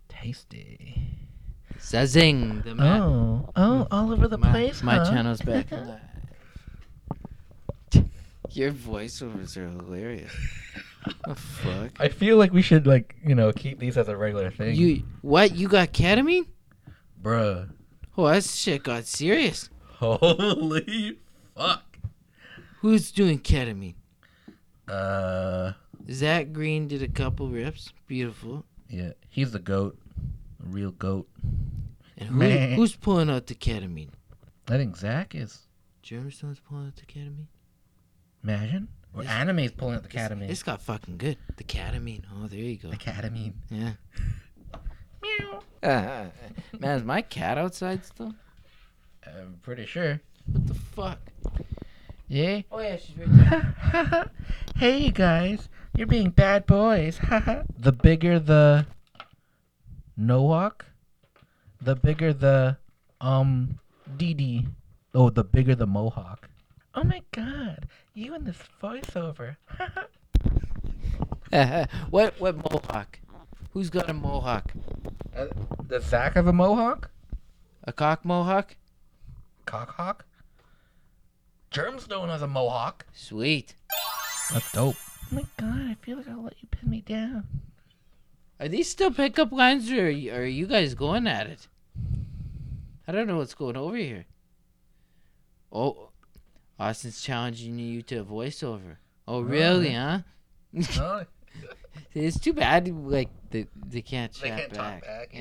Tasty.
Zazing, the ma-
Oh, oh, all over the
my,
place.
my
huh?
channel's back alive. Your voiceovers are hilarious. the fuck?
I feel like we should like you know keep these as a regular thing.
You what? You got ketamine?
bruh.
Oh, that shit got serious.
Holy fuck.
Who's doing ketamine?
Uh,
Zach Green did a couple rips. Beautiful.
yeah, he's the goat, a real goat.
And who,
Man.
who's pulling out the ketamine?
I think Zach is.
Germstone's pulling out the ketamine?
Imagine. Or anime's pulling at the academy.
This got fucking good. The ketamine. Oh, there you go.
Academy.
Yeah. Ah, Meow. Man, is my cat outside still?
I'm pretty sure.
What the fuck?
Yeah.
Oh yeah, she's right there.
hey, you guys. You're being bad boys. the bigger the no walk, the bigger the um DD. Oh, the bigger the mohawk. Oh my god. You and this voiceover.
what what mohawk? Who's got a mohawk?
Does Uh, Zach have a mohawk?
A cock mohawk?
Cockhawk? Germstone has a mohawk.
Sweet.
That's dope. Oh my god, I feel like I'll let you pin me down.
Are these still pickup lines, or are you, are you guys going at it? I don't know what's going over here. Oh, Austin's challenging you to a voiceover. Oh, really? Huh?
Oh,
It's too bad. Like they, they can't chat back.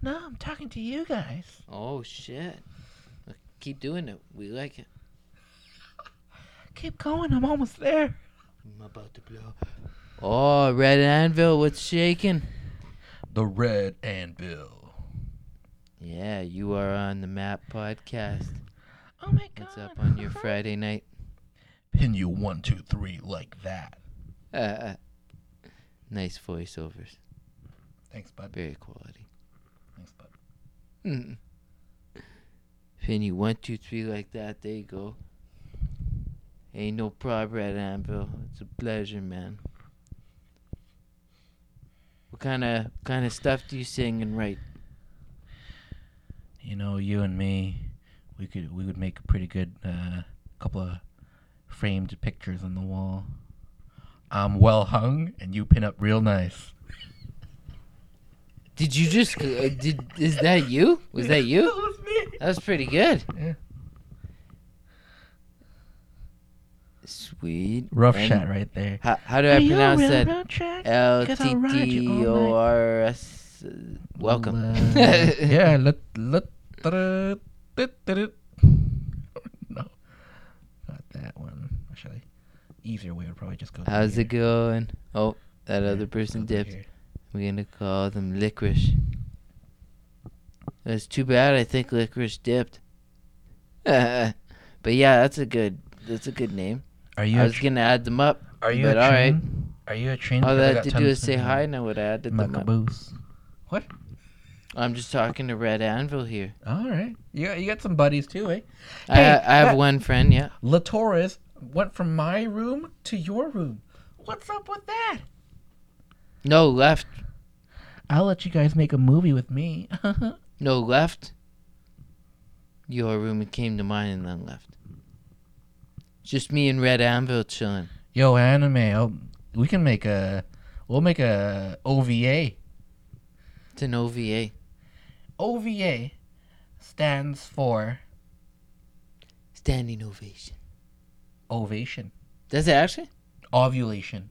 No, I'm talking to you guys.
Oh shit. Look, Keep doing it. We like it.
Keep going, I'm almost there.
I'm about to blow. Oh, Red Anvil, what's shaking?
The Red Anvil.
Yeah, you are on the Map Podcast.
Oh my god.
What's up on your Friday night?
Pin you one, two, three like that.
Uh, uh, nice voiceovers.
Thanks, bud.
Very quality.
Thanks, bud.
Mm. Finny, one, two, three, like that. There you go. Ain't no problem, Red Anvil. It's a pleasure, man. What kind of kind of stuff do you sing and write?
You know, you and me, we could we would make a pretty good uh, couple of framed pictures on the wall. I'm well hung, and you pin up real nice.
Did you just uh, did? Is that you? Was that you?
was me.
That was pretty good.
Yeah.
Sweet.
Rough
And
shot right there.
How, how do I pronounce that?
track?
L
'Cause
T
I'll ride you all
T
night.
O R S. Welcome.
Uh, yeah, let let da-da, da-da-da. No. Not that one. Actually, easier way would probably just go.
How's it going? Oh, that other person
Person
dipped. We're gonna call them licorice. It's too bad. I think licorice dipped. but yeah, that's a good. That's a good name.
Are you?
I
a
was
tr-
gonna add them up.
are you?
but
a
all right.
train? Are you a train?
All
Because
I had
got
to do
tons
is
of
say
them.
hi, and I would add them up.
Macaboose. What?
I'm just talking to Red Anvil here.
All right. You got, you got some buddies too, eh?
I,
Hey,
I have
uh,
one friend. Yeah.
La Torres went from my room to your room. What's up with that?
No left.
I'll let you guys make a movie with me.
No left. Your room it came to mine and then left. Just me and Red Anvil chilling.
Yo, anime. I'll, we can make a. We'll make a OVA.
It's an OVA.
OVA stands for
Standing ovation.
ovation,
Does it actually?
ovulation,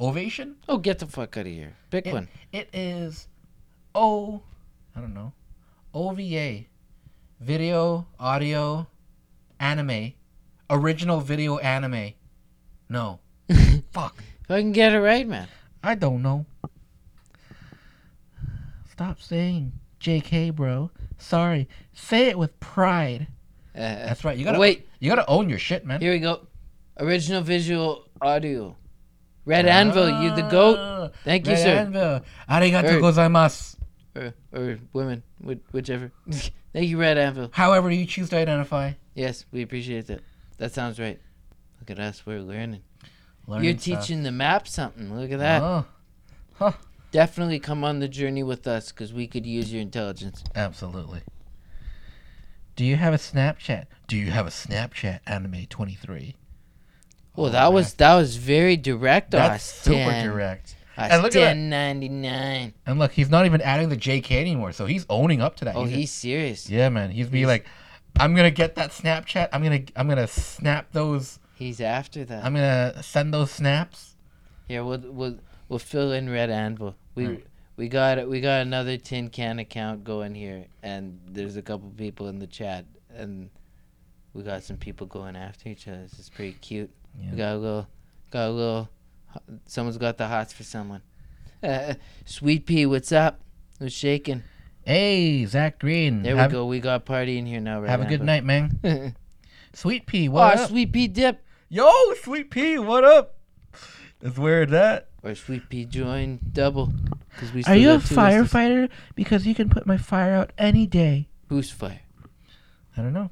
ovation.
Oh, get the fuck out of here. Pick
It,
one.
it is O. I don't know. OVA, video, audio, anime, original video anime. No, fuck.
If I can get it right, man.
I don't know. Stop saying JK, bro. Sorry. Say it with pride.
Uh,
That's right. You gotta
Wait.
You gotta own your shit, man.
here we go. Original visual audio. Red Anvil, you the goat.
Ah,
Thank you,
Red
sir.
Anvil. Arigato
Hey.
gozaimasu.
Or, or women, whi- whichever. Thank you, Red Anvil.
However you choose to identify.
Yes, we appreciate that. That sounds right. Look at us, we're learning.
Learning
You're
stuff.
teaching the map something. Look at that.
Oh,
Definitely come on the journey with us because we could use your intelligence.
absolutely. Do you have a Snapchat? Do you have a Snapchat anime 23?
Well, that was that was very direct.
Oh, That's super
Austin.
direct. And
Austin
look at that.
99.
And look, he's not even adding the JK anymore, so he's owning up to that.
Oh,
He's-
he's serious.
yeah, man. He's be like, I'm gonna get that Snapchat. I'm gonna I'm gonna snap those.
He's after that.
I'm gonna send those snaps.
Here, we'll we'll we'll fill in Red Anvil. We we got we got another tin can account going here, and there's a couple people in the chat, and we got some people going after each other. This is pretty cute.
Yeah.
We got a little, got a little. Someone's got the hots for someone. Uh, Sweet Pea, what's up? Who's shaking?
Hey, Zach Green.
There
have,
we go. We got a party in here now. Red
Have a
Anvil.
good night, man. Sweet Pea, what
oh,
up?
Sweet Pea dip
Yo, Sweet Pea, what up? That's weird. That.
or Sweet Pea join double, because we.
Are
Still
you a
got two listeners.
firefighter? Because you can put my fire out any day.
Who's fire?
I don't know.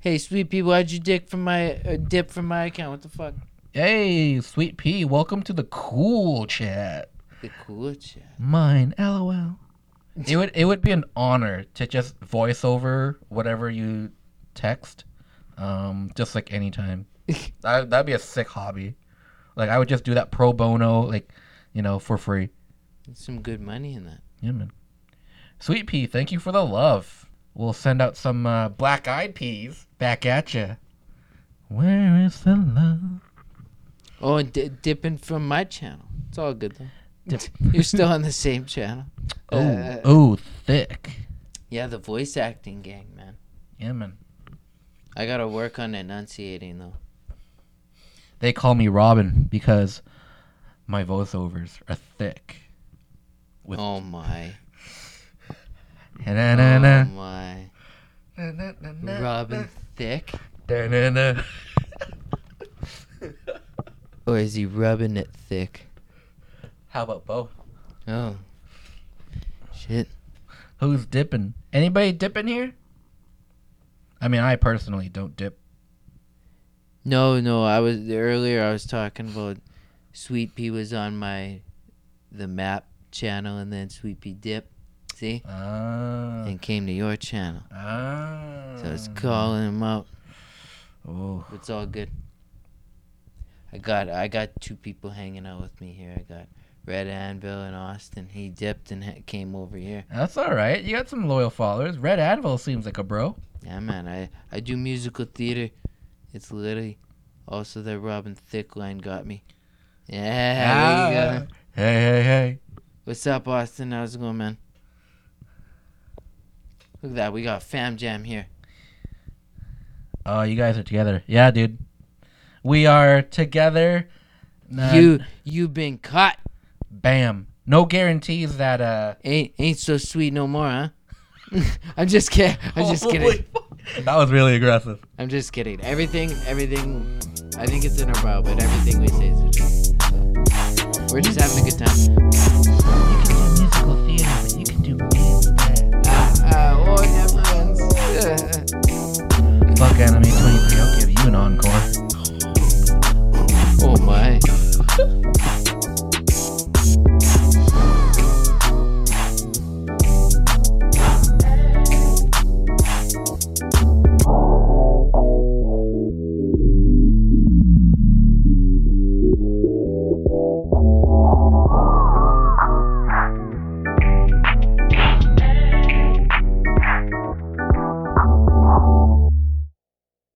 Hey, sweet pea, why'd you dick from my uh, dip from my account? What the fuck?
Hey, Sweet Pea, welcome to the cool chat.
The cool chat.
Mine, lol. It would it would be an honor to just voice over whatever you text, um, just like anytime. that that'd be a sick hobby. Like I would just do that pro bono, like you know, for free.
There's some good money in that.
Yeah, man. Sweet pea, thank you for the love. We'll send out some uh, black eyed peas back at ya. Where is the love?
Oh, and di dipping from my channel. It's all good though. You're still on the same channel.
Oh,
Uh,
oh, thick.
Yeah, the voice acting gang, man.
Yeah, man.
I gotta work on enunciating though.
They call me Robin because my voiceovers are thick. With
Oh my.
Na-na-na-na,
Oh my.
na-na-na-na,
Robin Thick?
na-na-na.
Or is he rubbing it thick?
How about Bo?
Oh. Shit.
Who's dipping? Anybody dipping here? I mean, I personally don't dip.
No, no. I was earlier. I was talking about Sweet Pea was on my the map channel, and then Sweet Pea Dip, see,
Ah.
and came to your channel.
Ah.
So I was calling him out.
Oh.
It's all good. I got I got two people hanging out with me here. I got Red Anvil and Austin. He dipped and ha- came over here.
That's all right. You got some loyal followers. Red Anvil seems like a bro.
Yeah, man. I I do musical theater. It's literally also that Robin Thicke line got me. Yeah, there
Ah.
you go.
Hey, hey, hey.
What's up, Austin? How's it going, man? Look at that. We got Fam Jam here.
Oh, you guys are together. Yeah, dude. We are together. Nah,
you you been caught.
Bam. No guarantees that, uh.
Ain't ain't so sweet no more, huh? I'm just kidding. I'm
Oh,
just kidding.
That was really aggressive.
I'm just kidding. Everything, everything. I think it's in our bio, but everything we say is a joke. So, We're just having a good time. Oh,